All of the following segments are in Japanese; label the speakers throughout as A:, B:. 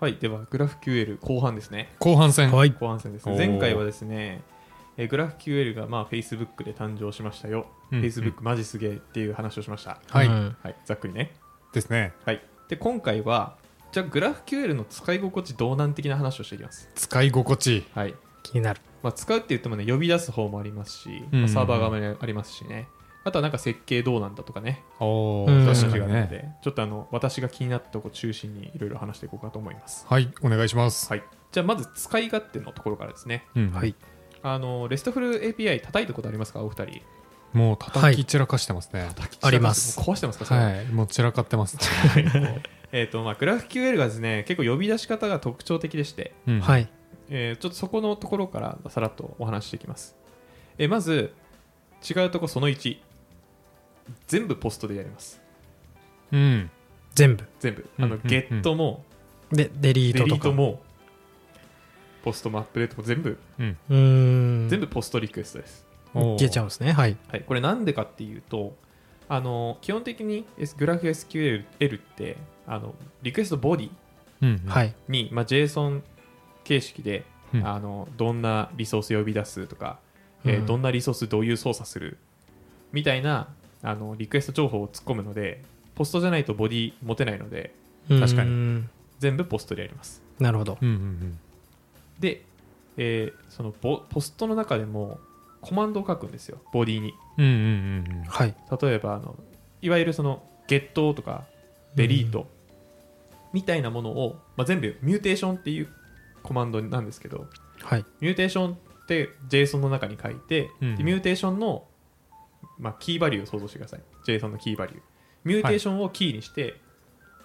A: はい、ではグラフ QL 後半ですね。
B: 後半戦
C: はい。
A: 後半戦です
B: お
A: ね。
B: ー
A: 前回はですね、えーグラフ QL がまあ Facebook で誕生しましたよ。
B: うん
A: Facebook マジすげえっていう話をしました。
B: はい
C: うん
A: はい、ざっくりね。
B: ですね
A: はい。で、今回は、じゃあグラフ QL の使い心地道難的な話をしていきます。
B: 使い心地いい
A: はい。
C: 気になる。
A: まあ、使うって言ってもね、呼び出す方もありますし、
B: うん
A: まあサーバー側もありますしね。あとはなんか設計どうなんだとかね、
B: お
C: うん
A: そういう
B: 確
A: 話
B: か
A: が
B: に
A: あるの
B: ね
A: で、ちょっとあの私が気になったとこ中心にいろいろ話していこうかと思います。
B: はいお願いします
A: はい、じゃあまず使い勝手のところからですね。
B: うん
C: はい。
A: あのレストフル API 叩いたことありますかお二人
B: もう叩き散らかしてますね
C: あります
A: もう壊してますかそれ
B: はいもう散らかってます
A: えっ、とまあグラフ QL がですね結構呼び出し方が特徴的でして、
B: は
C: はいい。
A: えーちょっとそこのところからさらっとお話ししていきます、えーまず違うとこその1全部ポストでやります
B: うん
C: 全部。
A: 全部あの、
B: うんうんうん
A: ゲットも
C: で、デリ
A: デ
C: ート
A: リ
C: と
A: ー
C: か。
A: トもポストもアップデートも全部、
B: うん
C: うーん。
A: 全部ポストリクエストです
B: おー
C: 消えちゃうんですね。はい。
A: はい、これなんでかっていうとあの基本的に S- グラフ SQL ってあのリクエストボディ
B: うん
C: はいい。
A: に、まあ、JSON 形式で、
B: うん
A: あのどんなリソース呼び出すとか、えー
C: うん
A: どんなリソースどういう操作するみたいなあのリクエスト情報を突っ込むのでポストじゃないとボディ持てないので
B: 確かに
C: に。
A: 全部ポストでやります
C: なるほど。
B: うんうん
A: で、えーそのボポストの中でもコマンドを書くんですよボディに
B: うんうんうんうんうん
C: はい。
A: 例えばあのいわゆるそのゲットとかデリートみたいなものを、まあ、全部ミューテーションっていうコマンドなんですけど
C: はい。
A: ミューテーションって JSON の中に書いて、
B: うん
A: でミューテーションの、まあ、キーバリューを想像してください JSON のキーバリューミューテーションをキーにして、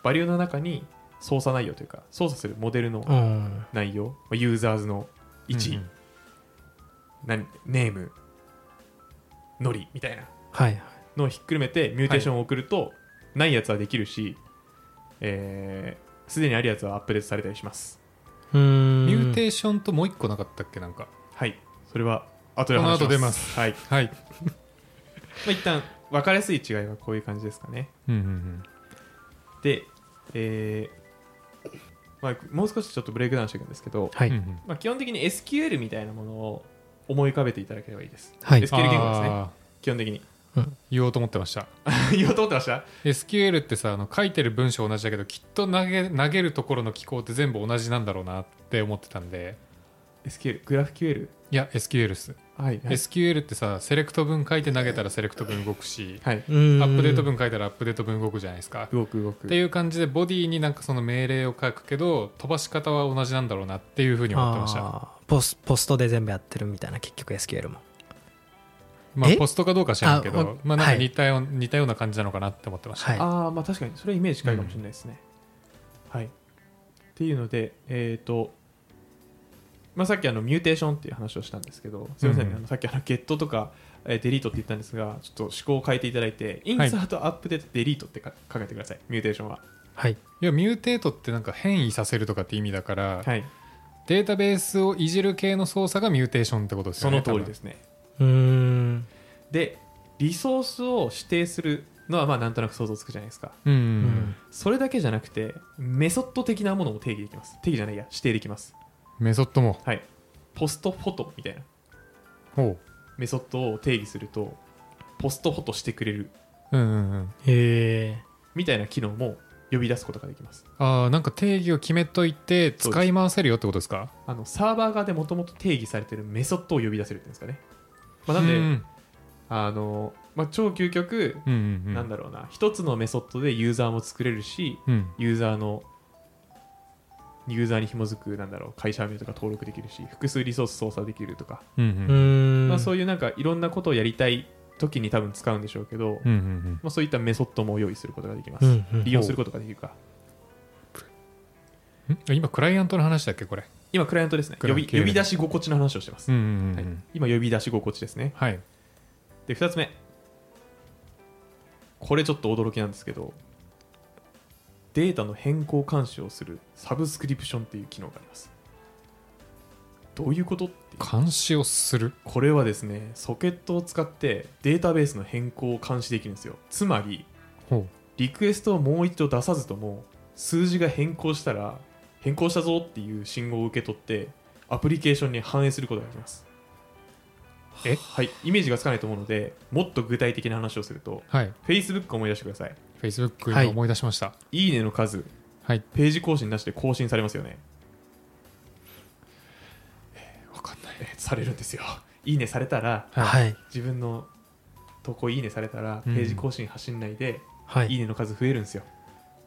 A: バリューの中に操作内容というか操作するモデルの
C: うん。
A: 内容、まあユーザーズの位置、
B: うん
A: 何ネームのりみたいな
C: はい。
A: のをひっくるめてミューテーションを送ると、ないやつはできるしえーすでにあるやつはアップデートされたりします
C: うーん。
B: ミューテーションともう一個なかったっけなんか
A: はいそれは後で話し
B: この後出
A: ま
B: ます
A: はい、ま
B: はい
A: あ、一旦分かりやすい違いはこういう感じですかね
B: うんうん
A: で、えーまあ、もう少しちょっとブレイクダウンしていくんですけど、
C: は
B: うんう
C: い。
B: ん
A: まあ、基本的に SQL みたいなものを思い浮かべていただければいいです、
C: はい
A: SQL 言語ですね
B: あ
A: 基本的に
B: ー言おうと思ってました
A: 言おうと思ってました
B: SQL ってさあの書いてる文章同じだけどきっと投げ投げるところの機構って全部同じなんだろうなって思ってたんで
A: SQL グラフ QL
B: いや SQL っす、
A: はいはい、
B: SQL ってさセレクト文書いて投げたらセレクト文動くし
A: はい、
C: うー
B: ア
C: ん
B: ップデート。文書いたらアップデート文動くじゃないですかっ
A: 動く動く
B: ていう感じでボディになんかその命令を書くけど飛ばし方は同じなんだろうなっていうふうに思ってました
C: あーポスポストで全部やってるみたいな結局 SQL も
B: まあ
C: え
B: ポストかどうか知らんけ
C: あ
B: ど
C: お
B: まあなんか
C: はい
B: 似たよう、似たような感じなのかなって思ってました、
C: はい
A: ああまあ確かにそれはイメージ近いかもしれないですね、はいっていうのでえっ、とまあ、さっきあのミューテーションっていう話をしたんですけどすみませんね、
B: うんうん
A: あのさっきあのゲットとか、えーデリートって言ったんですがちょっと思考を変えていただいてインサート、アップデートデリートってか考えてくださいミューテーションは
C: はい
B: いやミューテートってなんか変異させるとかって意味だから、
A: はい
B: データベースをいじる系の操作がミューテーションってことです
A: そ
B: よね
A: の通りですすね
C: うーん
A: でリソースを指定するのはまあなんとなく想像つくじゃないですか
B: うん、
C: うん
A: それだけじゃなくてメソッド的なものも定義できます定義じゃないや指定できます
B: メソッドも
A: はいポストフォトみたいな
B: ほ
A: メソッドを定義するとポストフォトしてくれる
B: ううんうんうん
C: へえ
A: みたいな機能も呼び出すことができます
B: ああなんか定義を決めといて使い回せるよってことですか
A: あのサーバー側でもともと定義されてるメソッドを呼び出せるっていうんですかね、まあ、な
B: うん
A: で、
B: ん
A: あの、まあ、超究極、
B: うんうん
A: なんだろうな一つのメソッドでユーザーも作れるし
B: うん
A: ユーザーのユーザーに紐づくなんだろう会社名とか登録できるし複数リソース操作できるとか、
B: うん
C: う
B: うんうん
C: ーん
A: まあ、そうういうなんかいろんなことをやりたい時に多分使うんでしょうけど、
B: うんうん
A: まあ、そういったメソッドも用意することができます、
C: うんうん
A: 利用することができるか
B: うんん今クライアントの話だっけこれ
A: 今クライアントですね呼
B: クライア
A: び
B: ント系
A: 呼び出し心地の話をしてます、
B: うんうんうんう
A: はい
B: ん、
A: 今呼び出し心地ですね
B: はい
A: で2つ目これちょっと驚きなんですけどデータの変更監視をするサブスクリプションっていう機能がありますどういうことっていう
B: 監視をする
A: これはですねソケットを使ってデータベースの変更を監視できるんですよつまり
B: ほ
A: リクエストをもう一度出さずとも数字が変更したら変更したぞっていう信号を受け取ってアプリケーションに反映することができます
B: え
A: はいイメージがつかないと思うのでもっと具体的な話をすると
B: はい
A: Facebook を思い出してください
B: Facebook
C: はい
B: 今思い出しました
A: いいねの数
B: はい
A: ページ更新なしで更新されますよね
B: わかんない
A: えされるんですよいいねされたら
B: はい
C: はい
A: 自分の投稿いいねされたら
B: う
A: ペ
B: ん
A: ージ更新走んないで、
C: はい
A: い
C: い
A: ねの数増えるんですよ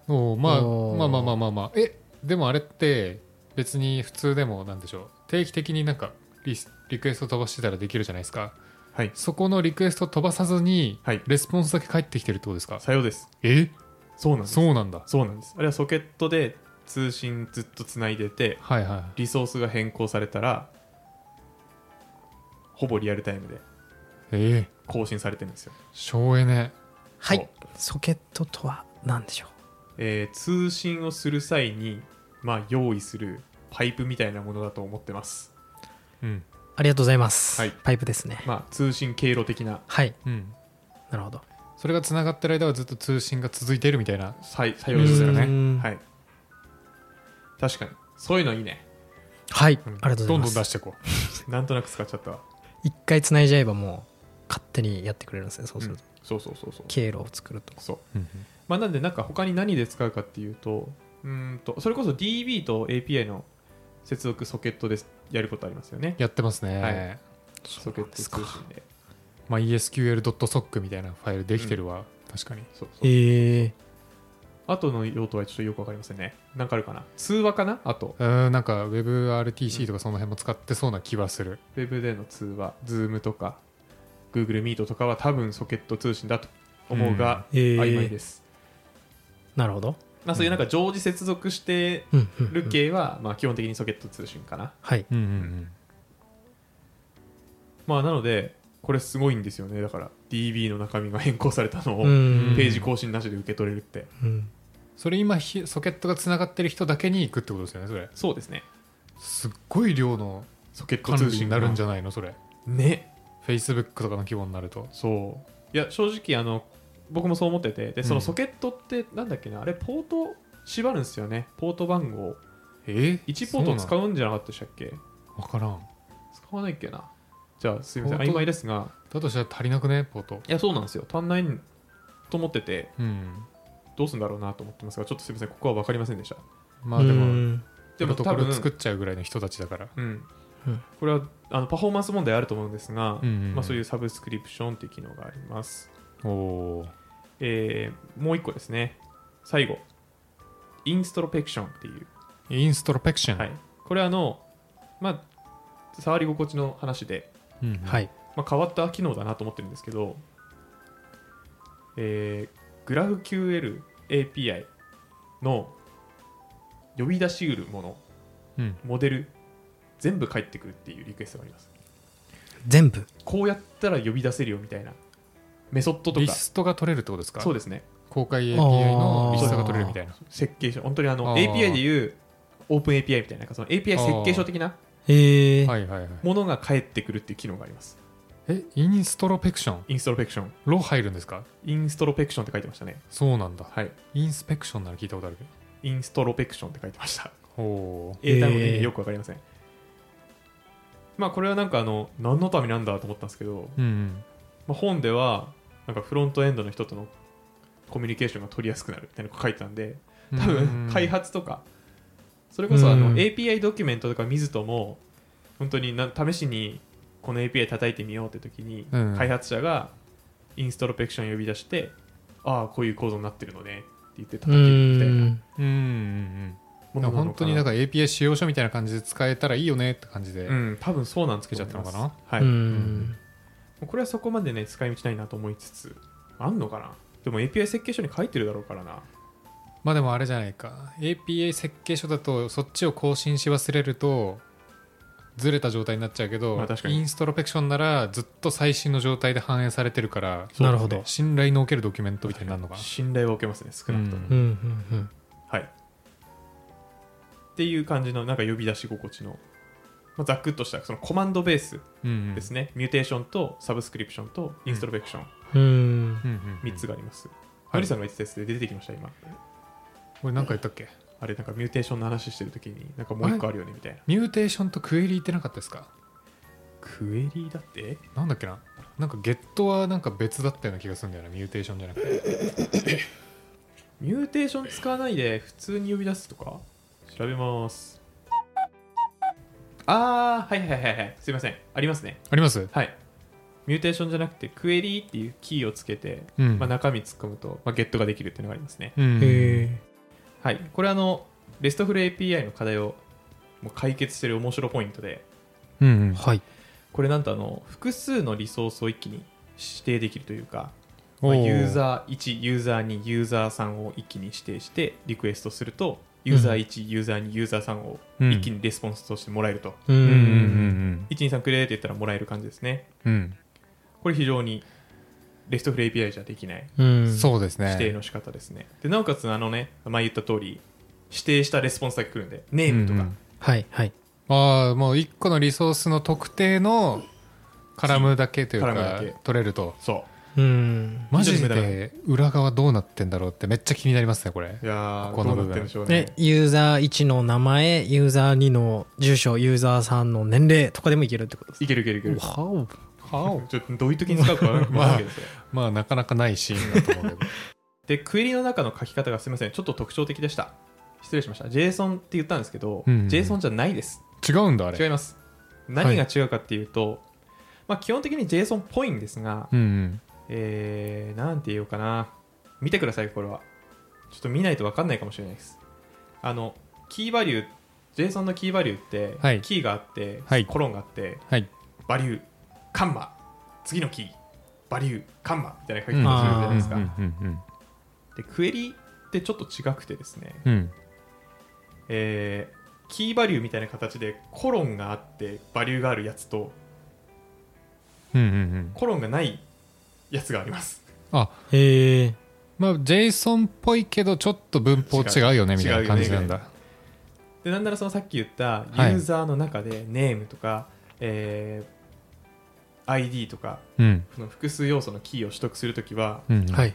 B: おーまあ
C: おー
B: まあまあまあまあまあえでもあれって別に普通でもなんでしょう定期的になんかリスリクエスト飛ばしてたらできるじゃないですか
A: はい
B: そこのリクエスト飛ばさずに
A: はい
B: レスポンスだけ返ってきてるってことですか
A: さようです
B: え
A: そうなんです
B: そうなんだ
A: そうなんですあれはソケットで通信ずっとつないでて
B: はいは
A: リソースが変更されたらほぼリアルタイムで
B: いえー、
A: 更新されてるんですよ、
B: 省エネ
A: そ
C: は
A: う
C: いソケットとは何でしょ
A: えー通信をする際に、まあ、用意するパイプみたいなものだと思ってます、
B: うん
C: うありがとうございます、
A: はい
C: パイプですね
A: まあ、通信経路的な
C: はい
B: うん
C: なるほど
B: それがつながってる間はずっと通信が続いてるみたいな
A: 作作
B: と
A: 用
B: い
A: で
B: うこと
A: す
B: だ
A: よ
B: よね
C: うーん
A: はい確かにそういうのいいね
C: はい、
B: ん
C: ありがとうござ
B: ど
C: います
B: んどん出していこう
A: なんとなく使っちゃったわ
C: 一回繋いじゃえばもう勝手にやってくれるんですねそうすると、
A: そうそうそうそう
C: 経路を作ると
A: そう
B: うん
A: まあ、なんで、なんか他に何で使うかっていうと、うーんとそれこそ DB と API の接続ソケットでやることありますよね。
B: やってますね、
A: はい
C: そ
A: ソ
C: う
A: ケ
C: な
A: ッ
C: ん
A: ト
C: です
A: 通
C: か
A: 信で。
B: まあ、ESQL.SOC みたいなファイルできてるわ、確かに
A: そうそう
C: ええ
A: あとの用途はちょっとよくわかりませんね。なんかあるかな通話かなあと、
B: うーんなんか WebRTC とかその辺も使ってそうな気はする、
A: ウェブでの通話、Zoom とか、Google Meet とかは多分ソケット通信だと思うが、
C: うんえー
A: 曖昧です。
C: なるほど
A: まあ、そういうなんか常時接続して
C: うんうんうん
A: る系は、まあ、基本的にソケット通信かな。
C: はい
B: うんうん
A: まあ、なので、これすごいんですよね。だから DB の中身が変更されたのを。
C: うん
A: ページ更新なしで受け取れるって、
C: うん
B: それ今ひソケットがつながってる人だけに行くってことですよねそれ
A: そうですね
B: すっごい量の
A: ソケット
B: 管
A: 通
B: 理
A: 信
B: になるんじ
A: ゃ
B: ゃないのそれ
A: ね
B: Facebook とかの規模になると
A: そういや正直あの僕もそう思っててでそうの
B: ん
A: ソケットってなんだっけな、あれポート縛るんですよねポート番号
B: え
A: 1ポート使
B: う
A: うんじゃなかったでしたっけ
B: 分からん
A: 使わないっけなじゃあすいません
B: ポート
A: 曖昧ですが
B: だとしたら足りなくねポート
A: いやそうなんですよ足んないと思ってて
B: うん
A: どうするんだろうなと思ってますがちょっとすいませんここは分かりませんでした
B: まあで
C: う
B: も
C: ん
A: で
B: で
A: も
B: もとこ
A: 多
B: ろ
A: 分
B: 作っちゃうぐらいの人たちだから
A: うん
C: うん
A: これはあのパフォーマンス問題あると思うんですが、
B: うんうんうん
A: まあ、そういうサブスクリプションっていう機能があります
B: おおー
A: えーもう一個ですね。最後。インストロペクションっていう。
B: インストロペクション、
A: はい、これあの、まあ、触り心地の話で、
B: うんうん
C: はい
A: まあ、変わった機能だなと思ってるんですけど、えー、GraphQL API の呼び出しうるもの、
B: うん
A: モデル、全部返ってくるっていうリクエストがあります。
C: 全部
A: こうやったら呼び出せるよみたいなメソッドと
B: リ
A: か、
B: ストが取れるってことですか
A: そうですね。
B: 公開 API のリストが取れるみたいな
A: 設計書、本当にあの
B: あー
A: API でいうオープン API みたいな、なんかその API 設計書的な
C: ええ
B: はいはいはい
A: ものが返ってくるっていう機能があります。
B: えインストロペクション
A: インストロペクション。
B: ロ入るんですか
A: インストロペクションって書いてましたね。
B: そうなんだ
A: はい。
B: インスペクションなら聞いたことあるけど
A: インストロペクションって書いてました。
B: ほう
A: 英単語
C: え
A: で
C: ー
A: よくわかりません。まあこれはなんかあの、何のためなんだと思ったんですけど、
B: うんうん
A: まあ、本では、なんかフロントエンドの人とのコミュニケーションが取りやすくなるみたいなの書いてたんで、多
B: うん
A: 分開発とかそれこそあ
C: う
A: の
C: ん
A: API ドキュメントとか見ずとも本当にな試しにこの API 叩いてみようって時に
B: うん
A: 開発者がインストロペクション呼び出してああこういう構造になってるのねって言って叩けるみたいな
B: うんうんうん
A: ものなのかな
B: 本当になんか API 使用書みたいな感じで使えたらいいよねって感じで、
A: うん多分そうなんつけちゃったのか
B: そうな
A: な
B: の
A: は
C: う
A: いも
C: ん
A: うこれはそこまでね使い道ないなと思いつつあんのかなでも API 設計書に書いてるだろうからな
B: まあでもあれじゃないか API 設計書だとそっちを更新し忘れるとずれた状態になっちゃうけど、
A: まあ確かに
B: インストロペクションならずっと最新の状態で反映されてるから
A: そうですね
C: なるほど
B: 信頼のおけるドキュメントみたいになるのかな
A: 信頼は受けますね少なくとも
B: うん
C: うんうんうん
A: はい。っていう感じの、なんか呼び出し心地の、まあ、ざっくっとしたそのコマンドベース
B: うんうん
A: ですね、ミューテーションとサブスクリプションとインストロペクション、
C: うん
B: うんうんうん
A: 3つがあります。ハリさんが言ってたやつで出てきました、今。
B: 俺なんか言ったっけ
A: あれなんかミューテーションの話してる時になんかもう一個あるよねみたいな
B: ミューテーションとクエリーってなかったですか
A: クエリーだって
B: なんだっけななんかゲットはなんか別だったような気がするんだよなミューテーションじゃなくて
A: ミューテーション使わないで普通に呼び出すとか調べますあーはいはいはいはいすいませんありますね
B: あります
A: はいミューテーションじゃなくてクエリーっていうキーをつけて、
B: うん
A: まあ、中身突っ込むと、まあ、ゲットができるっていうのがありますね
B: うん
C: へ
A: はいこれあのレストフル API の課題をもう解決してる面白ポイントで
B: うんうん
C: えはい
A: これなんとあの複数のリソースを一気に指定できるというか、ま
B: お
A: あ、
B: ー
A: ユーザー1ユーザー2ユーザー3を一気に指定してリクエストするとユーザー1、ユーザー2ユーザー3を
B: うん
A: 一気にレスポンスとしてもらえると、
C: う
B: うんうん
C: ん
A: 123くれって言ったらもらえる感じですね
B: うんうん
A: これ非常にレストフル API じゃできない
C: うん
B: そうですね
A: 指定の仕方ですねでなおかつあのね前言った通り指定したレスポンスだけ来るんでネームとか、
B: うんうん
C: はいはい
B: ああもう1個のリソースの特定のカラムだけという
A: カラ
B: か
A: ムだけ
B: 取れると
A: そ
C: うん
B: マジ
A: 非常に無駄
B: で裏側どうなってんだろうってめっちゃ気になりますねこれ
A: ういやー
B: ここ
A: ど
B: の
A: うな
B: 部
A: って
B: 分
A: るんでしょうね
C: でユーザー1の名前ユーザー2の住所ユーザー3の年齢とかでもいけるってことで
A: いけるいけるいける
C: すかわ
A: ちょっとどういう時に使うか分からないけどそれ
B: まあなかなかないシーンだと思うけど
A: でクエリの中の書き方がすみませんちょっと特徴的でした失礼しました JSON って言ったんですけど、
B: うんうん
A: JSON じゃないです
B: 違うんだあ れ
A: 違います何が違うかっていうと、まあ、基本的に JSON っぽいんですが、
B: うんうん
A: えー、なんて言おうかな見てくださいこれはちょっと見ないと分かんないかもしれないですあのキーバリュー JSON のキーバリューって、
B: はい
A: キーがあって、
B: はい
A: コロンがあって
B: はい
A: バリューカンマ次のキーバリューカンマみたいな書き
B: うん
A: 方するじゃないですか、
B: うんうん
A: でクエリってちょっと違くてですね、
B: うんうん
A: えーキーバリューみたいな形でコロンがあってバリューがあるやつと
B: うんうんうん
A: コロンがないやつがあります
B: あ
C: へえ
B: まあ JSON っぽいけどちょっと文法違うよねみたいな感じなんだ
A: でなんならそのさっき言ったユ
B: はい
A: ーザーの中でネームとか、えー ID とか
B: うん
A: その複数要素のキーを取得するときは
B: うんうん
C: はい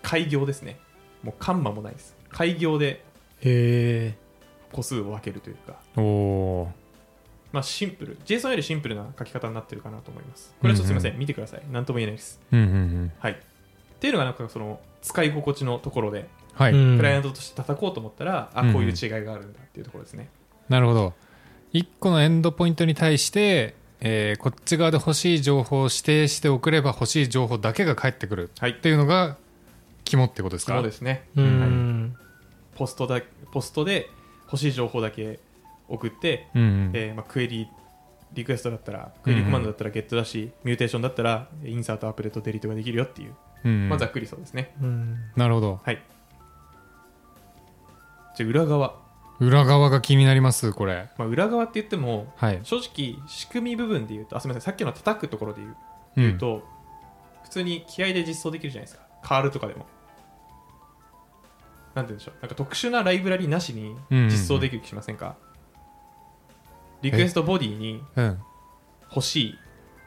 A: 開業ですねもうカンマもないです開業で
C: へえ
A: 個数を分けるというか
B: おお
A: まあシンプル JSON よりシンプルな書き方になってるかなと思いますこれはちょっとすみません、
B: うん
A: 見てください何とも言えないです
B: ーうんうんうん
A: はいっていうのがなんかその使い心地のところで
B: はい
A: クライアントとして叩こうと思ったら、
B: うん
A: あこういう違いがあるんだっていうところですね、
B: なるほど1個のエンドポイントに対して、えーこっち側で欲しい情報を指定して送れば欲しい情報だけが返ってくる
A: はい
B: っていうのが肝ってことですか
A: そうですね
C: うん
A: ポストだポストで欲しい情報だけ送って、
B: うんうん
A: えーまあ、クエリリクエストだったらクエリコマンドだったらゲットだし、ミューテーションだったらインサートアップデートデリートができるよっていう、
B: うんうん
A: まあ、ざっくりそうですね
C: うん
B: なるほど
A: はいじゃあ裏側、
B: 裏側が気になりますこれ
A: まあ、裏側って言っても
B: はい、
A: 正直仕組み部分で言うとあすみませんさっきの叩くところで言う
B: うん
A: 言うと、普通に気合で実装できるじゃないですかカールとかでもなんて言うんでしょうなんか特殊なライブラリなしに
B: うんうんうん
A: 実装できる気しませんか、リクエストボディに
B: うんあ
A: 欲しい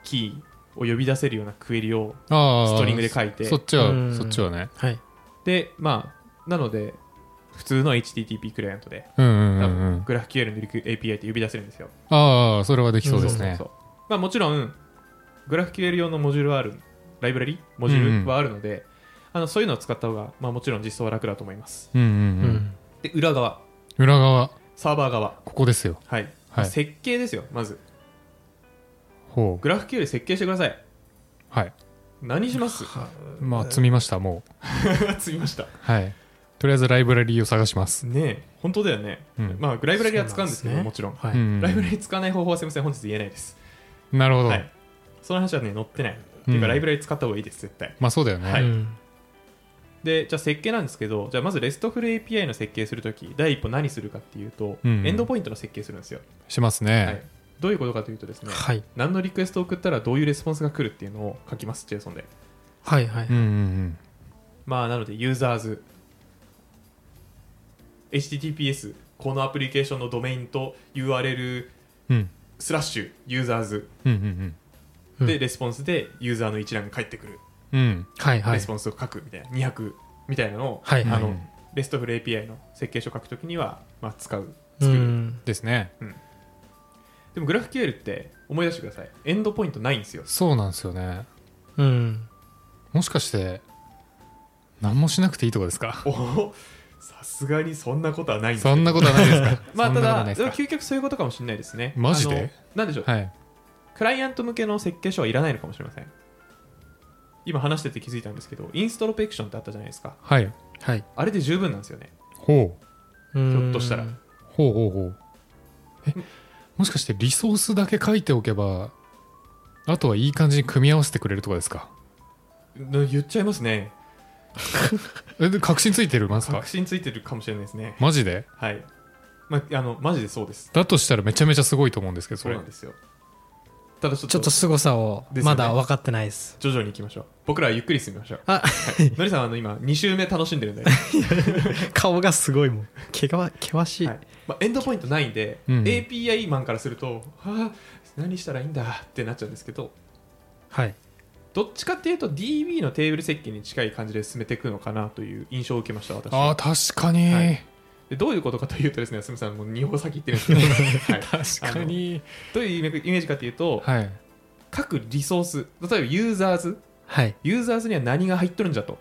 A: キーを呼び出せるようなクエリを
B: あ
A: ストリングで書いて
B: そっちは、
C: うん
B: そっちはね
C: はい
A: でまあなので普通の HTTP クライアントで、
B: うんうんうんうん
A: グラフ QL のリク API って呼び出せるんですよ
B: ああそれはできそうですね、
A: そうそうそうまあ、もちろん、グラフ QL 用のモジュールはある、ライブラリモジュールはあるので、あのそういうのを使った方が、まあ、もちろん実装は楽だと思います。
B: うん
C: う
B: うんうん
C: ん
A: で、裏側、
B: 裏側
A: サーバー側、
B: ここですよ
A: はい。
B: はい
A: 設計ですよ、まず。
B: ほう
A: グラフ QL 設計してください。
B: はい
A: 何します
B: まあ積みましたもう
A: 積みました。
B: はいとりあえずライブラリーを探します
A: ねえ、本当だよね。
B: うん
A: まあ、ライブラリは使うんですけど、
C: そうなん
A: も
C: で
A: ちろん。
C: は
B: う
C: い
B: ん
A: ライブラリ使わない方法はすみません、本日言えないです。
B: なるほど、
A: はい。その話はね、載ってない。っていうか、
B: うん
A: ライブラリ使った方がいいです、絶対。
B: まあそうだよね、
A: はい
C: うん
A: でじゃあ設計なんですけどじゃあまず RESTful API の設計するとき第一歩何するかっていうと、
B: うんうん
A: エンドポイントの設計するんですよ、
B: します
A: はい
B: ね、、
A: どういうことかというとですね
C: はい
A: 何のリクエストを送ったらどういうレスポンスが来るっていうのを書きます JSON で
C: はいはい
B: うんうん
A: まあなのでユーザーズ HTTPS このアプリケーションのドメインと URL
B: うんうん
A: スラッシュユーザーズ
B: うんうん
A: で
C: うん
A: レスポンスでユーザーの一覧が返ってくる、
B: うんうん
C: はいは
A: レ
C: い
A: スポンスを書くみたいな200みたいなのを、
C: はい
A: あ
C: はい
A: の
B: うん
A: RESTful API の設計書を書くときには、まあ、使う
C: う
A: 作る、
C: ん
B: ですね
A: でも GraphQL って思い出してくださいエンドポイントないんですよ
B: そうなんですよね
C: うん
B: もしかして何もしなくていいとかですか
A: おおさすがにそんなことはないんです
B: そんなことはないですか
A: まあ
B: そん
A: た
B: なこと
A: だ
B: はないですか
A: 究極そういうことかもしれないですね
B: マジで
A: あのなんでしょう、
B: はい
A: クライアント向けの設計書はいらないのかもしれません今話してて気づいたんですけどインストロペクションってあったじゃないですか
B: はい
C: はい
A: あれで十分なんですよね
B: ほう
C: ひ
A: ひょっとしたら
B: ほうほうほうえもしかしてリソースだけ書いておけばあとはいい感じに組み合わせてくれるとかですか
A: な言っちゃいますね
B: えで確信ついてるますか
A: 確信ついてるかもしれないですね
B: マジで
A: はいまあのマジでそうです
B: だとしたらめちゃめちゃすごいと思うんですけど
A: そ
B: そうれ
A: なんですよただちょっと
C: ちょっと凄さを
A: ですよね
C: まだ分かってないです
A: 徐々に行きましょう僕らはゆっくり進みましょう
C: あ
A: はいのりさんはあの今2周目楽しんでるんで、は
C: 顔がすごいもん毛が険しい、
A: いまあ、エンドポイントないんで、
B: うん
A: API マンからするとはあ何したらいいんだってなっちゃうんですけど
C: はい
A: どっちかっていうと DB のテーブル設計に近い感じで進めていくのかなという印象を受けました私は
B: あー確かに、
A: はいでどういうことかというとですねすみませんもう2歩先行ってるんですけど、はい、
B: 確かに
A: どういうイメージかというと、
B: はい
A: 各リソース例えばユーザーズ
C: はい
A: ユーザーズには何が入っとるんじゃと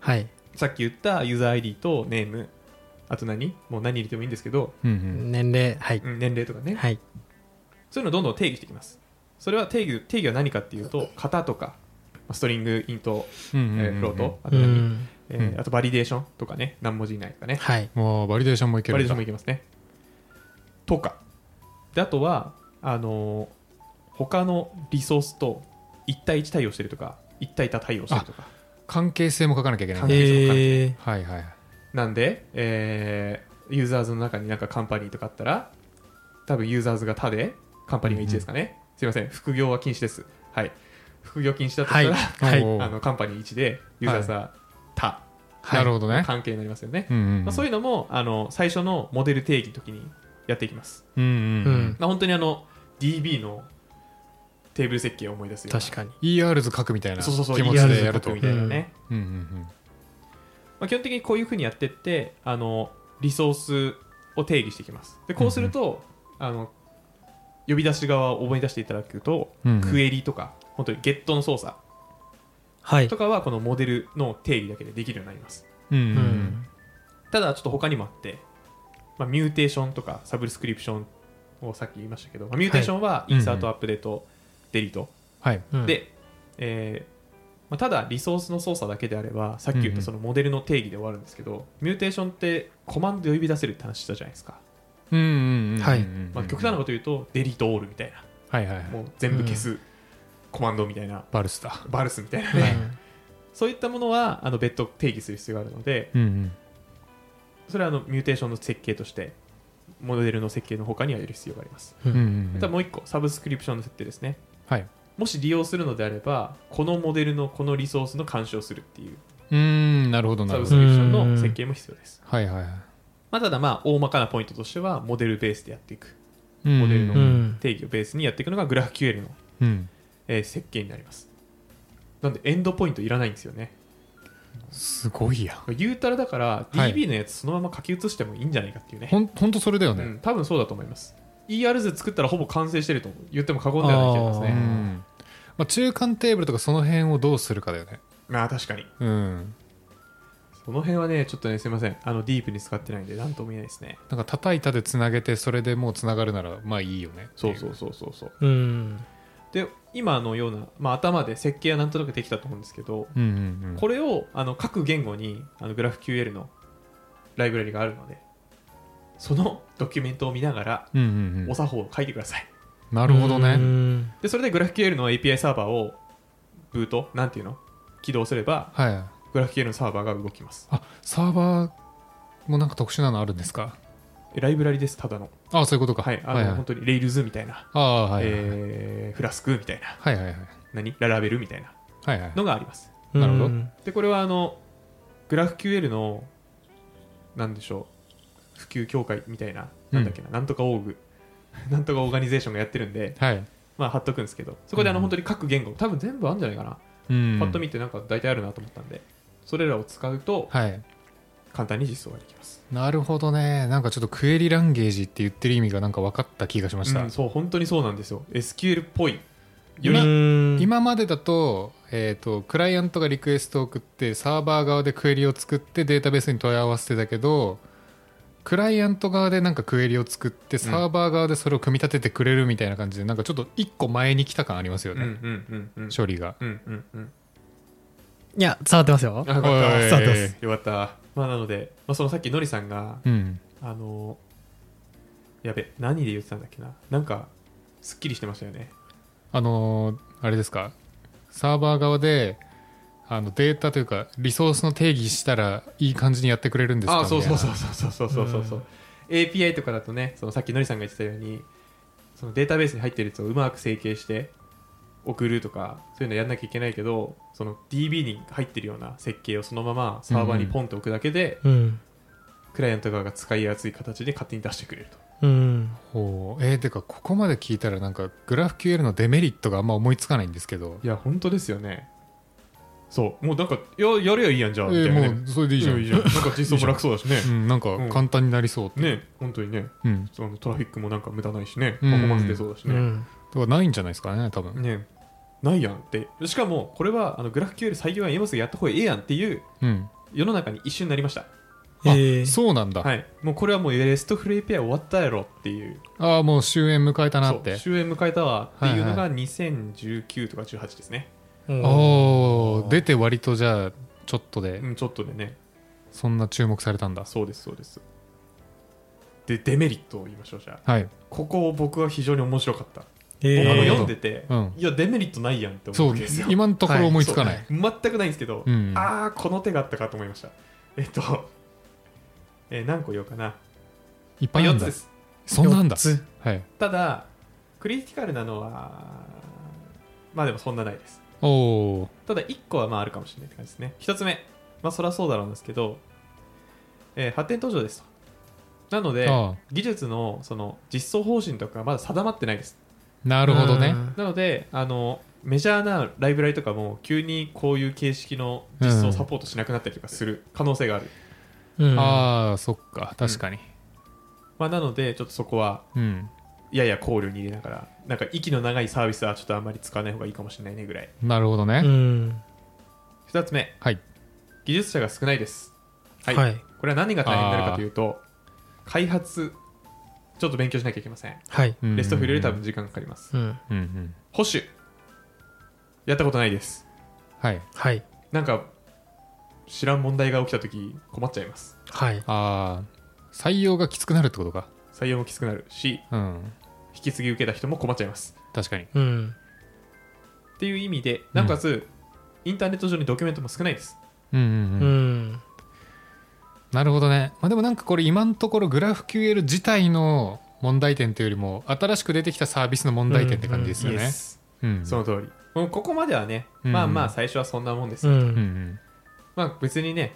C: はい、
A: さっき言ったユーザー ID とネームあと何もう何入れてもいいんですけど、
B: うんうん
C: 年齢はい、
A: うん年齢とかね、
C: はい
A: そういうのをどんどん定義していきますそれは定義定義は何かっていうと型とかまあストリングイント、
B: うん
A: え
B: うん
A: ー
B: うんうん
A: フロートあ
C: う
A: と何、
C: ん
A: えー
B: うん
A: あとバリデーションとかね何文字以内とかね
C: はい
B: もうバリデーションもいけ
A: バリ
B: るん
A: デーションも
B: だ
A: いけますねとかであとはあのー他のリソースと1対1対応してるとか1対多対応してるとか
B: 関係性も書かなきゃいけないんだ
A: 関係性も関係
C: え
B: はいはい
A: なんで、えーユーザーズの中になんかカンパニーとかあったら多分ユーザーズが他でカンパニーが1ですかね、すいません副業は禁止ですはい副業禁止だとしたら、
C: はい
B: おー
A: あのカンパニー1でユーザーズは他、
C: はい
B: なるほどね、
A: 関係になりますよね、
B: うんうん
A: まあ、そういうのもあの最初のモデル定義の時にやっていきます、
B: うんうんうん
C: うん
A: まあ、本当にあの DB のテーブル設計を思い出すような
C: 確かに
B: ER 図書くみたいな気
A: そうそう
B: 持
A: そう
B: ちでやると
A: ER みたいなね、
B: うんうんうん
A: まあ、基本的にこういうふうにやってってあのリソースを定義していきますでこうすると、あの呼び出し側を思い出していただくと、
B: うんうん
A: クエリとか本当にゲットの操作
C: はい
A: とかはこのモデルの定義だけでできるようになります
B: うんうん
C: うん
A: ただちょっと他にもあって、まあ、ミューテーションとかサブスクリプションをさっき言いましたけど、まあミューテーションはインサート、アップデート、デリート
B: はい
C: うん
A: で、えーまあ、ただリソースの操作だけであればさっき言っ
B: うんう
A: た
B: ん
A: そのモデルの定義で終わるんですけど、ミューテーションってコマンドで呼び出せるって話したじゃないですか、
B: うんうんうん
C: はい
B: うん
A: まあ、極端なこと言うとデリートオールみたいな
B: はいはいはい
A: もう全部消すコマンドみたいな、
B: バルスだ
A: バルスみたいな
C: うん
A: ね、そういったものはあの別途定義する必要があるので
B: うんうん
A: それはあのミューテーションの設計としてモデルの設計の他にはやる必要があります、
B: うんうんう
A: ま
B: ん
A: たもう一個サブスクリプションの設定ですね
B: はい
A: もし利用するのであればこのモデルのこのリソースの干渉するっていう
B: うーんなるほどな
A: サ
B: る
A: ブ
B: ほ
A: ス
B: ど
A: クリプションの設計も必要です。
B: はいはいはい
A: まあ、ただまあ大まかなポイントとしてはモデルベースでやっていく
B: うん
A: モデル
C: う
A: の
C: ん
A: 定義をベースにやっていくのが GraphQL の、
B: うん
A: えー設計になります。なんでエンドポイントいらないんですよね。
B: すごいやん
A: 言うたらだから
B: はい
A: DB のやつそのまま書き写してもいいんじゃないかっていうね。
B: ほんほんとそれだよ
A: う
B: ね
A: ん、多分そうだと思います。ER 図作ったらほぼ完成してると言っても過言ではない気がします
B: う
C: うん
A: ね。
B: まあ中間テーブルとかその辺をどうするかだよね
A: まあ確かに。
B: うん
A: その辺はね、ちょっとね、すいません。あのディープに使ってないんで何とも言えないですね。
B: なんか叩いたでつなげてそれでもうつながるならまあいいよねって
A: そ
B: いう
A: そうそうそうそう。
C: うん
A: で、今のような、まあ、頭で設計はなんとなくできたと思うんですけど、
B: うんうんうん
A: これをあの各言語にあの GraphQL のライブラリがあるのでそのドキュメントを見ながら
B: うんうんう
A: お
B: ん
A: 作法を書いてください
B: なるほど
C: う
B: ね
C: ん
A: でそれで GraphQL の API サーバーをブートなんていうの起動すれば
B: はい
A: GraphQL のサーバーが動きます
B: あサーバーもなんか特殊なのあるんですか
A: えライブラリですただの
B: ああそういうことか
A: はいあの、
B: はいはい
A: 本当に Rails みたいな、
B: ああはいはいはい
A: えーフラスクみたいな
B: はいはいはい
A: 何ララベルみたいな
B: はいはい
A: のがあります
B: なるほど
C: うん
A: でこれはあの GraphQL のなんでしょう普及協会みたいななんだっけな、なんとかオーグ なんとかオーガニゼーションがやってるんで
B: はい
A: まあ貼っとくんですけどそこであの
B: うん
A: 本当に各言語多分全部あるんじゃないかな、
B: うん
A: パッと見てなんか大体あるなと思ったんでそれらを使うと
B: はい
A: 簡単に実装ができます。
B: なるほどねなんかちょっとクエリランゲージって言ってる意味がなんか分かった気がしました、
A: うんそう本当にそうなんですよ。SQL っぽい。よ
B: 今
A: り
B: 今までだと,、えー、とクライアントがリクエストを送ってサーバー側でクエリを作ってデータベースに問い合わせてたけどクライアント側でなんかクエリを作ってサーバー側でそれを組み立ててくれるみたいな感じで、なんかちょっと一個前に来た感ありますよ
A: うん
B: ね、
A: うんうんうん。
B: 処理が。
A: うんうんうん。
C: いや伝わってますよ
A: あよかった
B: おい
C: スタートです
A: よかった。まあ、なので、まあ、そのさっきのりさんが、
B: うん、
A: あのやべ、何で言ってたんだっけな。なんか、すっきりしてましたよね。
B: あのーあれですかサーバー側であのデータというかリソースの定義したらいい感じにやってくれるんですか
A: あそうそうそううそうそうそうそうそう、API とかだとねそのさっきのりさんが言ってたようにそのデータベースに入ってるやつをうまく整形して送るとかそういうのやんなきゃいけないけどその DB に入ってるような設計をそのままサーバーにポンと置くだけで、
C: うん
A: クライアント側が使いやすい形で勝手に出してくれると
C: うん
B: ほうえー、てかここまで聞いたらなんかグラフ q l のデメリットがあんま思いつかないんですけど
A: いや本当ですよねそうもうなんかややればいいやんじゃあ
B: え
A: みたいなね、
B: ーもうそれでいいじゃん
A: いいじゃんなんか実装も楽そうだしね
B: うん、なん
A: う
B: か
A: ん
B: 簡単になりそうって、
A: ね本当にね
B: うん、
A: そのトラフィックもなんか無駄ないしね
B: う
A: パ
B: ん
A: フォーマンス出そうだし
C: う
A: ね、
C: ん
B: とかないんじゃないですかね多分、
A: ねないやんってしかもこれはあのグラフ q l 採用案今すぐやった方がええやんっていう
B: うん、
A: 世の中に一瞬なりました
C: え
B: あ
C: ー
B: そうなんだ、
A: はいもうこれはもうレストフレイペア終わったやろっていう
B: ああもう終焉迎えたなって
A: 終焉迎えたわっていうの
B: は
A: が2019とか18ですね、
C: うん
B: おお出て割とじゃあちょっとで、
A: うんちょっとでね
B: そんな注目されたんだ
A: そうですそうですでデメリットを言いましょうじゃあ
B: はい
A: ここを僕は非常に面白かった、
C: え
A: 僕あの
C: ー
A: 読んでて、
B: うん
A: いやデメリットないやんって思
B: そ
A: うん
B: う
A: ですよ
B: 今のところ思いつかない、
A: そう全くないんですけど、
B: うん
A: ああこの手があったかと思いましたえっと、 えー何個言おうかな、
B: いっ
A: ま
B: ぱ
A: あ、
B: いある
A: 4
B: ん
A: つ
B: だ
A: です
B: そんなんだ
C: 四つ
B: はい
A: ただクリティカルなのはまあでもそんなないです
B: おお
A: ただ1個はまああるかもしれないって感じですね1つ目まあそりゃそうだろうんですけど、えー発展途上ですとなので
B: ああ
A: 技術のその実装方針とかがまだ定まってないです
B: なるほどね
C: うん
A: なのであのメジャーなライブラリとかも急にこういう形式の実装をサポートしなくなったりとかする可能性がある、
C: うん
B: ああそっか確かに
A: まあ、なのでちょっとそこは
B: うん、
A: やや考慮に入れながらなんか息の長いサービスはちょっとあんまり使わない方がいいかもしれないねぐらい
B: なるほどね、
C: うん
A: 2つ目
B: はい
A: 技術者が少ないです、はい
C: はい
A: これは何が大変になるかというと開発ちょっと勉強しなきゃいけません
C: はい
B: うん
A: レストフルより多分時間かかります、
C: うん
B: うんうん
A: 保守やったことないです
B: はい
C: はい
A: なんか知らん問題が起きた時困っちゃいます
C: はい
B: ああ採用がきつくなるってことか
A: 採用もきつくなるし
B: うん
A: 引き継ぎ受けた人も困っちゃいます
B: 確かに
C: うん
A: っていう意味でなおかつ、インターネット上にドキュメントも少ないです
B: うんうん、うん
C: うん
B: なるほどね、まあ、でもなんかこれ今のところグラフ q l 自体の問題点というよりも新しく出てきたサービスの問題点って感じですよね。うんうん
A: その通りもうここまではね、
B: うん
A: まあまあ最初はそんなもんです
C: う
A: よ、
B: うんん
A: まあ別にね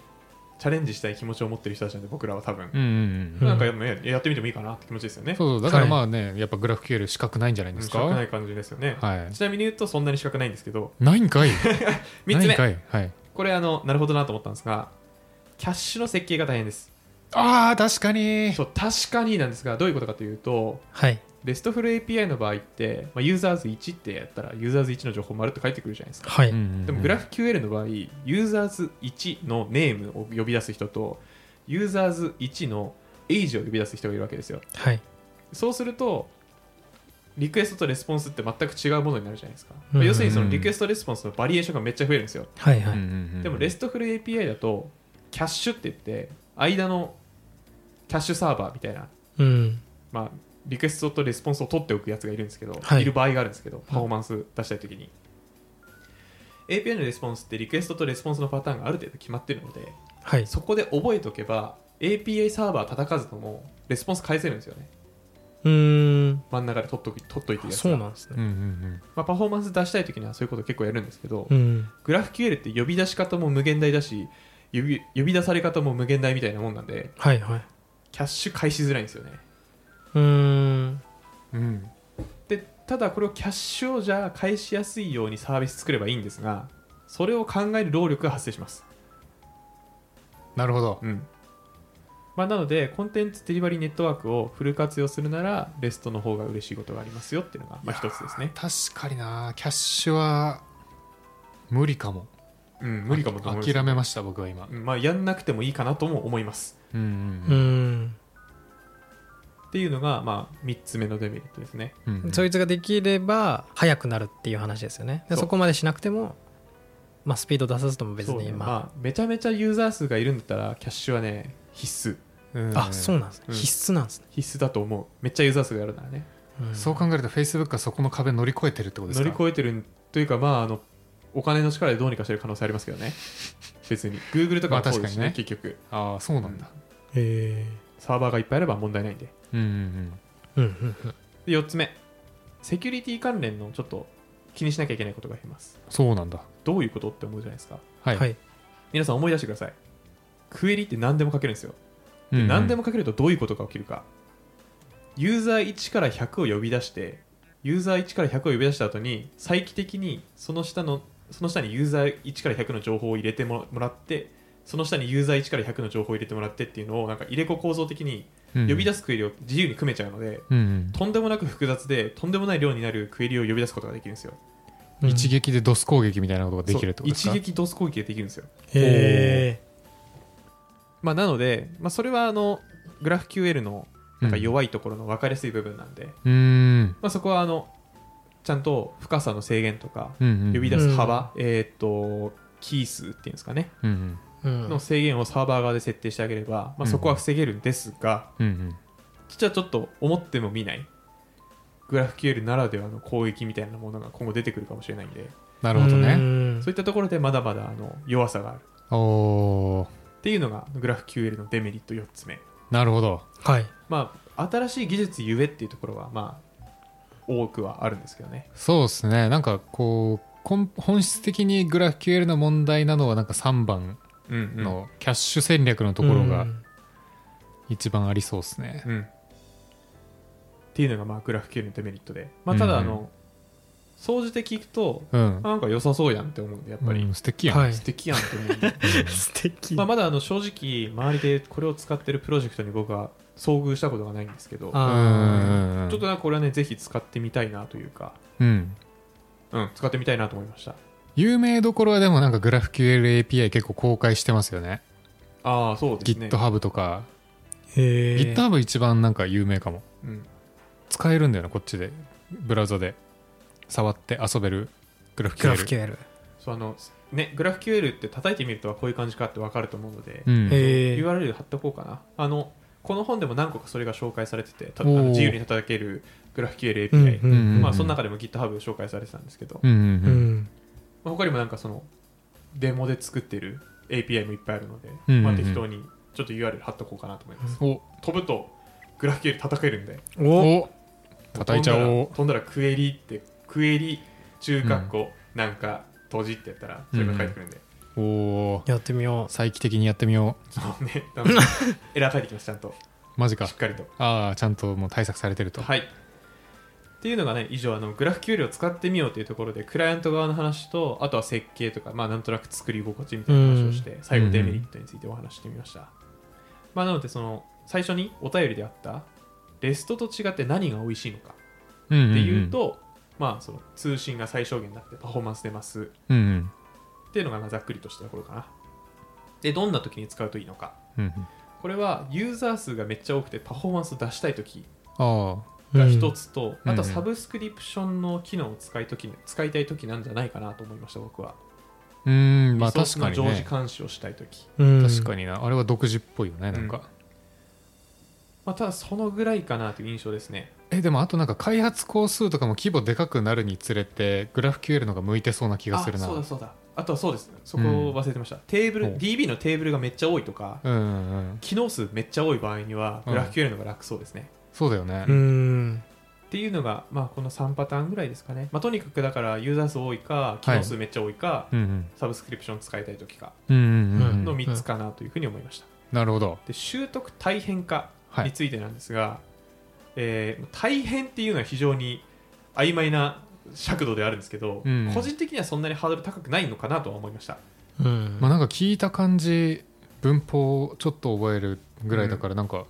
A: チャレンジしたい気持ちを持ってる人たちなんで僕らは多分、
B: うんうんうん
A: なんかや,、ね、やってみてもいいかなって気持ちですよね。
B: そうそうだからまあね、やっぱグラフ q l 資格ないんじゃないです
A: 資
B: か。
A: 格ない感じですよね、
B: はい、
A: ちなみに言うとそんなに資格ないんですけど、
B: ないんかい
A: 3つ
B: ないん
A: 目、
B: かい、はい、
A: これあの、なるほどなと思ったんですが、キャッシュの設計が大変です。
B: ああ確かに
A: そう確かになんですが、どういうことかというと、
C: はい
A: RESTful API の場合って、まあ、ユーザーズ1ってやったら、ユーザーズ1の情報丸って返ってくるじゃないですか。
C: はい
B: うんうんうん
A: でも GraphQL の場合、ユーザーズ1のネームを呼び出す人と、ユーザーズ1のエイジを呼び出す人がいるわけですよ。
C: はい
A: そうするとリクエストとレスポンスって全く違うものになるじゃないですか、
C: うん
A: 要するにそのリクエストレスポンスのバリエーションがめっちゃ増えるんですよ、
C: はいは
B: うんう
C: い
B: んうん
A: でもレストフル API だとキャッシュって言って間のキャッシュサーバーみたいな、
C: うん
A: まあ、リクエストとレスポンスを取っておくやつがいるんですけど、
C: はい
A: い、る場合があるんですけどパフォーマンス出したい時に、API のレスポンスってリクエストとレスポンスのパターンがある程度決まってるので
C: はい
A: そこで覚えておけば API サーバー叩かずともレスポンス返せるんですよね
C: うーん
A: 真ん中で取っとき取っといてるやつが
C: そうなんです
B: うん
C: ね
B: うんうん
A: まあ、パフォーマンス出したい時にはそういうこと結構やるんですけど、
C: うん
A: グラフ QL って呼び出し方も無限大だし呼び呼び出され方も無限大みたいなもんなんで
C: はいはい
A: キャッシュ返しづらいんですよね
C: うーん
B: うん
A: でただこれをキャッシュをじゃあ返しやすいようにサービス作ればいいんですがそれを考える労力が発生します、
B: なるほど
A: うん、まあ、なのでコンテンツデリバリーネットワークをフル活用するならレストの方が嬉しいことがありますよっていうのがまあ一つですね、
B: 確かになキャッシュは無理かも
A: うん、無理かもと思います
B: 諦めました僕は今
A: うんまあ、やんなくてもいいかなとも思います
B: うん
C: う
B: うん
C: ん
A: っていうのが、まあ、3つ目のデメリットですね
B: うんうん
C: そいつができれば早くなるっていう話ですよねで
A: そう
C: そこまでしなくても、まあ、スピード出さずとも別
A: そう
C: に
A: ね
C: ま
A: まあ、めちゃめちゃユーザー数がいるんだったらキャッシュはね必須、
C: あ、あそうなんですね、
A: うん
C: 必須なんですね、
A: 必須だと思うめっちゃユーザー数があるならね
C: ん
B: そう考えるとフェイスブックはそこの壁乗り越えてるってことです
A: 乗
B: か
A: り越えてるというかまああのお金の力でどうにかしてる可能性ありますけどね別に Google とかも
B: まあ
A: そうですね,、
B: 確かにね
A: 結局
B: ああそうなんだ
C: へ
A: サーバーがいっぱいあれば問題ないんで
B: うんうん
C: えうんうんうん
A: で4つ目セキュリティ関連のちょっと気にしなきゃいけないことがあります
B: そうなんだ
A: どういうことって思うじゃないですか
B: はい、
C: はい
A: 皆さん思い出してくださいクエリって何でも書けるんですよ
B: うんうん
A: で何でもかけるとどういうことが起きるか、ユーザー1から100を呼び出してユーザー1から100を呼び出した後に再帰的にその下のその下にユーザー1から100の情報を入れてももらってその下にユーザー1から100の情報を入れてもらってっていうのをなんか入れ子構造的に
B: うんうん
A: 呼び出すクエリを自由に組めちゃうので、
B: うんうん
A: とんでもなく複雑でとんでもない量になるクエリを呼び出すことができるんですよ
C: うん
B: 一撃でドス攻撃みたいなことができるってことです
A: そう
B: か
A: 一撃ドス攻撃ができるんですよ
C: へえ
A: まあ、なので、まあ、それはあのグラフ QL のなんか弱いところの分かりやすい部分なんで、
B: うーん
A: まあ、そこはあのちゃんと深さの制限とか
B: うんうん
A: 呼び出す幅、えーっとキー数っていうんですかね、
B: うんうん
C: うん
A: の制限をサーバー側で設定してあげれば、まあ、そこは防げるんですが、
B: うんうん
A: 実はちょっと思っても見ないグラフ QL ならではの攻撃みたいなものが今後出てくるかもしれないんで
B: なるほど
C: う
B: ね
C: ん
A: そういったところでまだまだあの弱さがある
B: おー
A: っていうのがグラフ QL のデメリット4つ目
B: なるほど
C: はい
A: まあ新しい技術ゆえっていうところはまあ多くはあるんですけどね
B: そうですねなんかこうこん本質的にグラフ QL の問題なのはなんか3番
A: うんうん
B: のキャッシュ戦略のところ
C: う
B: が
C: ん
B: 一番ありそうですね
A: うん、っていうのがまあグラフ QL のデメリットで、まあ、ただあ
B: うん
A: の、総じて聞くと
B: うん
A: あなんか良さそうやんって思うんでやっぱり、
B: うん素敵やん、
C: はい
A: 素敵やんって思うんで
C: 素敵
A: まあまだあの正直周りでこれを使ってるプロジェクトに僕は遭遇したことがないんですけどちょ
B: うん
C: あ
B: うんうん
A: っとなんかこれはねぜひ使ってみたいなというか、
B: うん
A: うん、使ってみたいなと思いました
B: 有名どころはでもなんかグラフ QL API 結構公開してますよね
A: ああそうですね、
B: GitHub とか、
C: ーへえ
B: GitHub 一番なんか有名かも
A: うん、
B: 使えるんだよなこっちでブラウザで触って遊べるグラフ QL
C: グラフ QL
A: そうあのねグラフ QL って叩いてみるとこういう感じかって分かると思うので、
B: うん、
C: へえ
A: URL 貼っとこうかなあのこの本でも何個かそれが紹介されててたあ
B: お
A: の
B: ー
A: 自由に叩けるグラフ QL
C: うん
A: API、
C: うんうん
A: まあ、その中でも GitHub を紹介されてたんですけど、
B: うんう
C: うんん
A: まあ、他にもなんかそのデモで作ってる API もいっぱいあるので、
B: うんうんうん
A: まあ、適当にちょっと URL 貼っとこうかなと思います、
B: うん、お
A: 飛ぶとグラフ QL 叩けるんで
C: お
B: お叩いちゃおう
A: 飛んだら飛んだらクエリってクエリ中括弧なんか閉じってやったらそれが返ってくるんで、
B: おお
C: やってみよ
B: 再帰的にやってみよ
A: そうねあのエラー返ってきますちゃんと
B: うマジか
A: しっかりと
B: ああちゃんともう対策されてると、
A: はい。っていうのがね、以上、あのグラフ QL を使ってみようというところで、クライアント側の話と、あとは設計とか、まあ、なんとなく作り心地みたいな話をして、最後、デメリットについてお話してみました。まあ、なので、その、最初にお便りであった、レストと違って何が美味しいのか
B: うんんん
A: っていう、と、まあ、その通信が最小限になってパフォーマンス出ます
B: うんうん
A: っていうのがまあざっくりとしたところかな。で、どんな時に使うといいのか。
B: うんうん、
A: これは、ユーザー数がめっちゃ多くてパフォーマンスを出したい時
B: あ
C: う
A: が
C: うん
A: 一つと、
B: うん
A: あとサブスクリプションの機能を使いとき使いたいときなんじゃないかなと思いました、僕は。
B: あうーんまあ
A: リソ
B: 確か
A: ース
B: に
A: の常時
B: ね
A: 監視をしたいとき。
C: うん
B: 確かになあれは独自っぽいよねなんか、
A: まあ、ただ、そのぐらいかなという印象ですね。
B: えでもあとなんか開発工数とかも規模でかくなるにつれてグラフ QL のが向いてそうな気が
A: あ、
B: するな
A: そうだそうだ。あとはそうです。そこ
B: うん
A: 忘れてました。テーブ
B: ほう
A: ル、DB のテーブルがめっちゃ多いとか、
B: うんうんうん
A: 機能数めっちゃ多い場合には、
B: うん
A: グラフ QL の方が楽そうですね。
B: そうだよね、
C: うん
A: っていうのが、まあ、この3パターンぐらいですかね。まあ、とにかく、だから、ユーザー数多いか、機能数めっちゃ多いか、
B: うんうん
A: サブスクリプション使いたいときか、
B: うんうんうん
A: の3つかなというふうに思いました。
B: なるほど
A: で習得大変化
B: はい
A: についてなんですが、えー大変っていうのは非常に曖昧な尺度であるんですけど、
B: うん
A: 個人的にはそんなにハードル高くないのかなとは思いました
C: うん
B: まあなんか聞いた感じ文法をちょっと覚えるぐらいだからなんか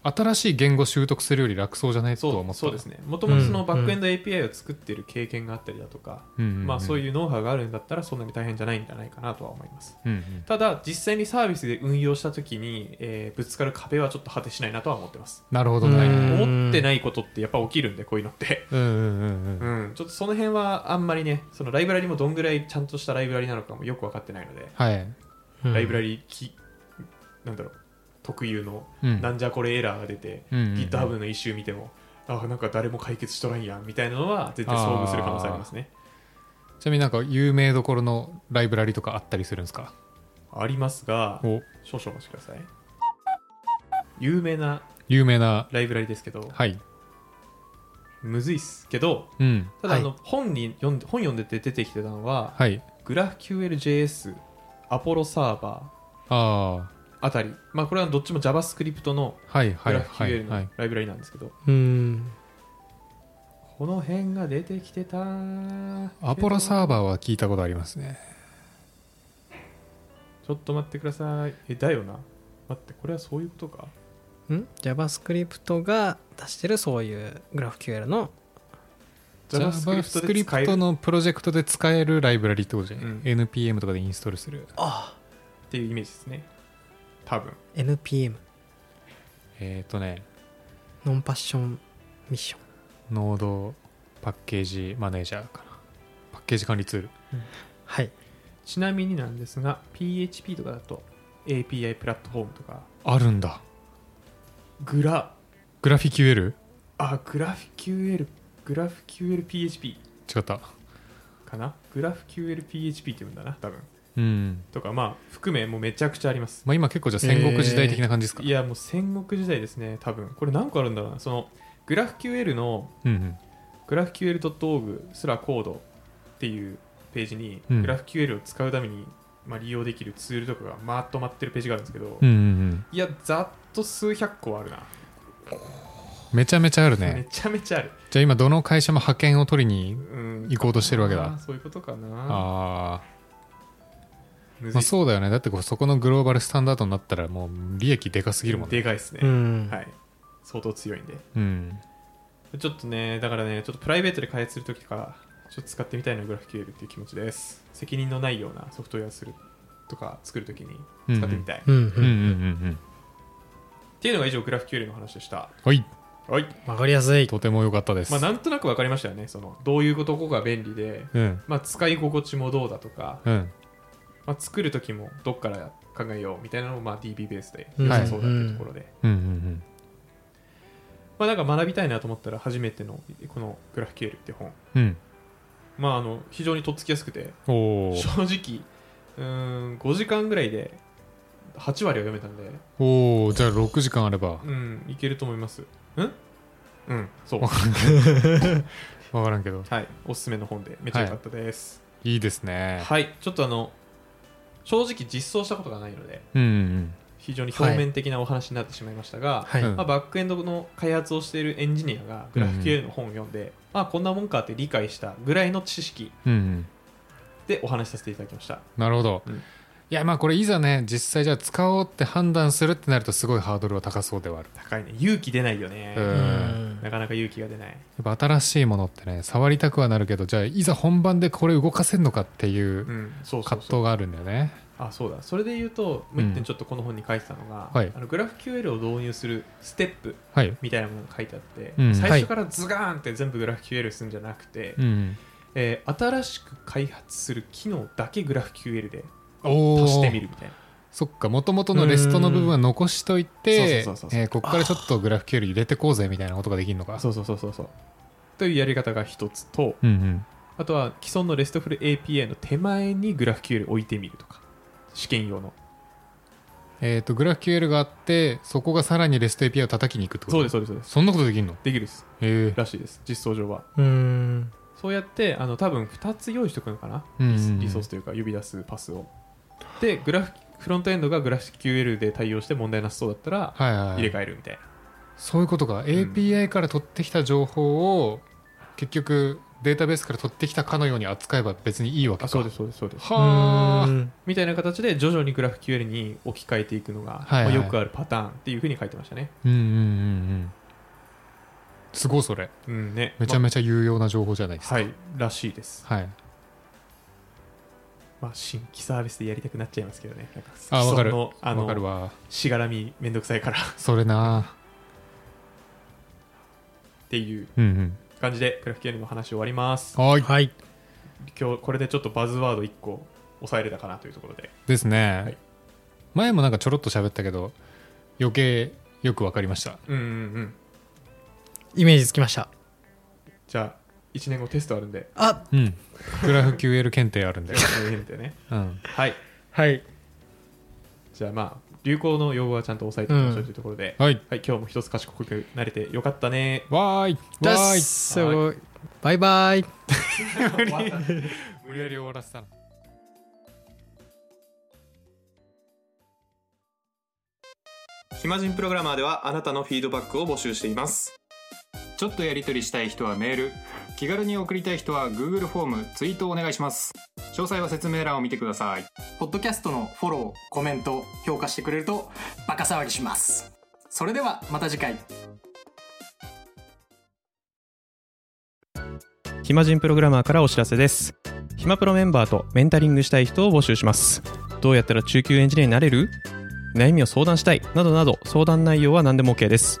B: 新しい言語習得するより楽そうじゃないとは
A: そ
B: 思っ
A: う
B: た
A: そうですねもともとそのバックエンド API を作ってる経験があったりだとか、まあ、そう
B: う
A: いうノウハウがあるんだったらそんなに大変じゃないんじゃないかなとは思います
B: んうんうん
A: ただ実際にサービスで運用した時に、えーぶつかる壁はちょっと果てしないなとは思ってます、
B: なるほど
C: う
A: は
B: ね
A: い、
C: ん
A: 思ってないことってやっぱ起きるんでこういうのって
B: うんうんうんう
A: うんんちょっとその辺はあんまりねそのライブラリもどんぐらいちゃんとしたライブラリなのかもよく分かってないので、
B: はい
A: ライブラ
C: リ
A: リきなんだろう特有の
B: うん
A: なんじゃこれエラーが出て、
B: うんうんうん
A: GitHub の一周見てもあなんか誰も解決しとらんやんみたいなのは絶対遭遇する可能性ありますね
B: ちなみになんか有名どころのライブラリとかあったりするんですか
A: ありますが
B: お
A: 少々お待ちください有名な
B: 有名な
A: ライブラリですけど
B: はい
A: むずいっすけど
B: うん
A: ただあの、本に読んで本読んでて出てきてたのは、
B: はい
A: グラフ QLJS アポロサーバ
B: あ
A: ーあたり、まあ、これはどっちも JavaScript の
B: あはい
A: グ
B: はい
A: ラフ
B: はい
A: QL
B: は
A: の
B: い
A: ライブラリなんですけど、
C: うん
A: この辺が出てきてたー
B: アポロサー
A: ー
B: バーは聞いたことありますね
A: ちょっと待ってくださいえだよな待ってこれはそういうことか
C: うん JavaScript が出してるそういうグラフ QL の
A: JavaScript で使え
B: JavaScript
A: る
B: のプロジェクトで使えるライブラリってことじゃない、
A: うん
B: NPM とかでインストールする
C: あ
A: っていうイメージですね多分
C: NPM
B: えっ、ー、とね
C: ノンパッションミッション
B: ノードパッケージマネージャーかなパッケージ管理ツール
C: はい
A: ちなみになんですが PHP とかだと API プラットフォームとか
B: あるんだ
A: グラ
B: グラフィ QL?
A: あグラフ QL グラフ QLPHP
B: 違った
A: かなグラフ QLPHP って言うんだな多分
B: うん
A: とかまあ含めもうめちゃくちゃあります
B: まあ今結構じゃあ戦国時代的な感じですか、
A: いやもう戦国時代ですね多分これ何個あるんだろうなそのグラフ QL の
B: うん
A: グラフ QL.org スラコードっていうページに
B: うん
A: グラフ QL を使うために、まあ、利用できるツールとかがまとまってるページがあるんですけど、
B: うんうんうん
A: いやざっと数百個はあるな、
B: めちゃめちゃある
A: め
B: ね
A: ちゃめちゃある、
B: じゃあ今どの会社も派遣を取りに
A: うん、
B: 行こうとしてるわけだ
A: あーそういうことかな
B: ああ、
A: むず
B: ま
A: い
B: あ、そうだよねだってこうそこのグローバルスタンダードになったらもう利益でかすぎるもんね
A: でかいですね、
C: うん
A: はい相当強いんで
B: うん
A: ちょっとね、だからね、ちょっとプライベートで開発するときとか、ちょっと使ってみたいなグラフ QL っていう気持ちです。責任のないようなソフトウェアするとか作るときに使ってみたい、
C: うんう
B: うんうん
C: ん
B: うん
A: っていうのが以上、グラフ QL の話でした。
B: うんはい
A: はい。
C: わかりやすい
B: とても良かったです、
A: まあ、なんとなく分かりましたよね。その、どういうことこが便利で、
B: うん
A: まあ、使い心地もどうだとか、
B: うん
A: まあ、作るときもどっから考えようみたいなのも、まあ、DB ベースで
C: うん
A: 良さそうだっていうところで。
B: うんうん
A: まあ、なんか学びたいなと思ったら、初めての、このグラフ QL っていう本。
B: うんうん
A: まあ、あの、非常にとっつきやすくて、
B: おー
A: 正直うーん5時間ぐらいで8割は読めたんで、
B: おーじゃあ6時間あれば
A: うん、いけると思いますんうんそう
B: わ分からんけど
A: はいおすすめの本でめっちゃ良かったです
B: いいです
A: はい
B: ね、
A: ちょっとあの正直実装したことがないので
B: うんうん
A: 非常に表面的なお話になってしまいましたが、
C: はい、
B: うん
A: まあ、バックエンドの開発をしているエンジニアがグラフ QL の本を読んで、まあ、こんなもんかって理解したぐらいの知識
B: うんうん
A: でお話しさせていただきました
B: なるほど、
A: うん
B: いやまあこれいざね実際じゃあ使おうって判断するってなるとすごいハードルは高そうではある
A: 高いね勇気出ないよね、
B: うん
C: うん
A: なかなか勇気が出ない
B: やっぱ新しいものってね触りたくはなるけどじゃあいざ本番でこれ動かせんのかっていう
A: うんそうそうそう
B: 葛藤があるんだよね
A: あそうだそれで言うともう一
B: うん
A: 点ちょっとこの本に書いてたのが、
B: はい
A: あのグラフ QL を導入するステップ
B: はい
A: みたいなものが書いてあって、
B: うん
A: 最初からズガーンって全部グラフ QL するんじゃなくて、
B: うん
A: えー新しく開発する機能だけグラフ QL で
B: お
A: 足してみ
B: ー
A: るみたいな
B: そっかもともとのレストの部分は残しといて
A: そうそうそうそうそう
B: えーこっからちょっとグラフ QL 入れてこうぜみたいなことができるのか
A: そうそうそうそうそうというやり方が一つと
B: うんうん
A: あとは既存の RESTful API の手前にグラフ QL 置いてみるとか試験用の
B: えっ、とグラフ QL があってそこがさらにレスト API を叩きに行くってこと
A: そうですそうですそうです
B: そんなことできるの
A: できるです
B: へえ
A: らしいです実装上は
C: うん
A: そうやってあの多分2つ用意しておくのかな、
B: うんうんうん
A: リソースというか呼び出すパスをでグラフフロントエンドがグラフ QL で対応して問題なさそうだったら
B: はいはい、はい、
A: 入れ替えるみたいな、
B: そういうことか、API から取ってきた情報を結局データベースから取ってきたかのように扱えば別にいいわけ
A: あ
B: か
A: そうですそうですそうです
B: は
C: う
B: あ
C: ん
A: みたいな形で徐々に GraphQL に置き換えていくのが、
B: はいはい
A: まあ、よくあるパターンっていうふうに書いてましたね。
B: うんうんうんうんすごいそれ
A: うんね、
B: めちゃ
A: ま
B: めちゃ有用な情報じゃないです
A: あは
B: か、
A: い、らしいです。
B: はい
A: まあ、新規サービスでやりたくなっちゃいますけどね。なんか
B: あわかる
A: 既存のあ
B: わかる
A: の
B: わ
A: しがらみめんどくさいからっ
B: それな
A: ていう
B: うん
A: 感じで GraphQL の話終わります
B: う。んはい
C: はい。
A: 今日これでちょっとバズワード1個抑えれたかなというところで。
B: ですね、
A: はい
B: 前もなんかちょろっと喋ったけど余計よくわかりました
A: うんうんうん。
C: イメージつきました。
A: じゃあ1年後テストあるんで。
C: あ
B: うんグラフ QL 検定あるんで
A: よろ、しくお願いしますね
B: うん、
A: はい。
C: はい。
A: じゃあまあ流行の用語はちゃんと押さえていきましょうというところで。
B: はい
A: はい、今日も一つ賢くなれてよかったね。
B: わーい
C: だ
B: わ
C: っ
B: ーい
C: すバイバイ。
B: 無理やり終わらせたな
A: 暇人プログラマーではあなたのフィードバックを募集しています
B: ちょっとやり取りしたい人はメール気軽に送りたい人は Google フォームツイートお願いします詳細は説明欄を見てください
D: ポッドキャストのフォロー、コメント、評価してくれるとバカ騒ぎします。それではまた次回。
E: 暇人プログラマーからお知らせです暇プロメンバーとメンタリングしたい人を募集しますどうやったら中級エンジニアになれる悩みを相談したいなどなど相談内容は何でも OK です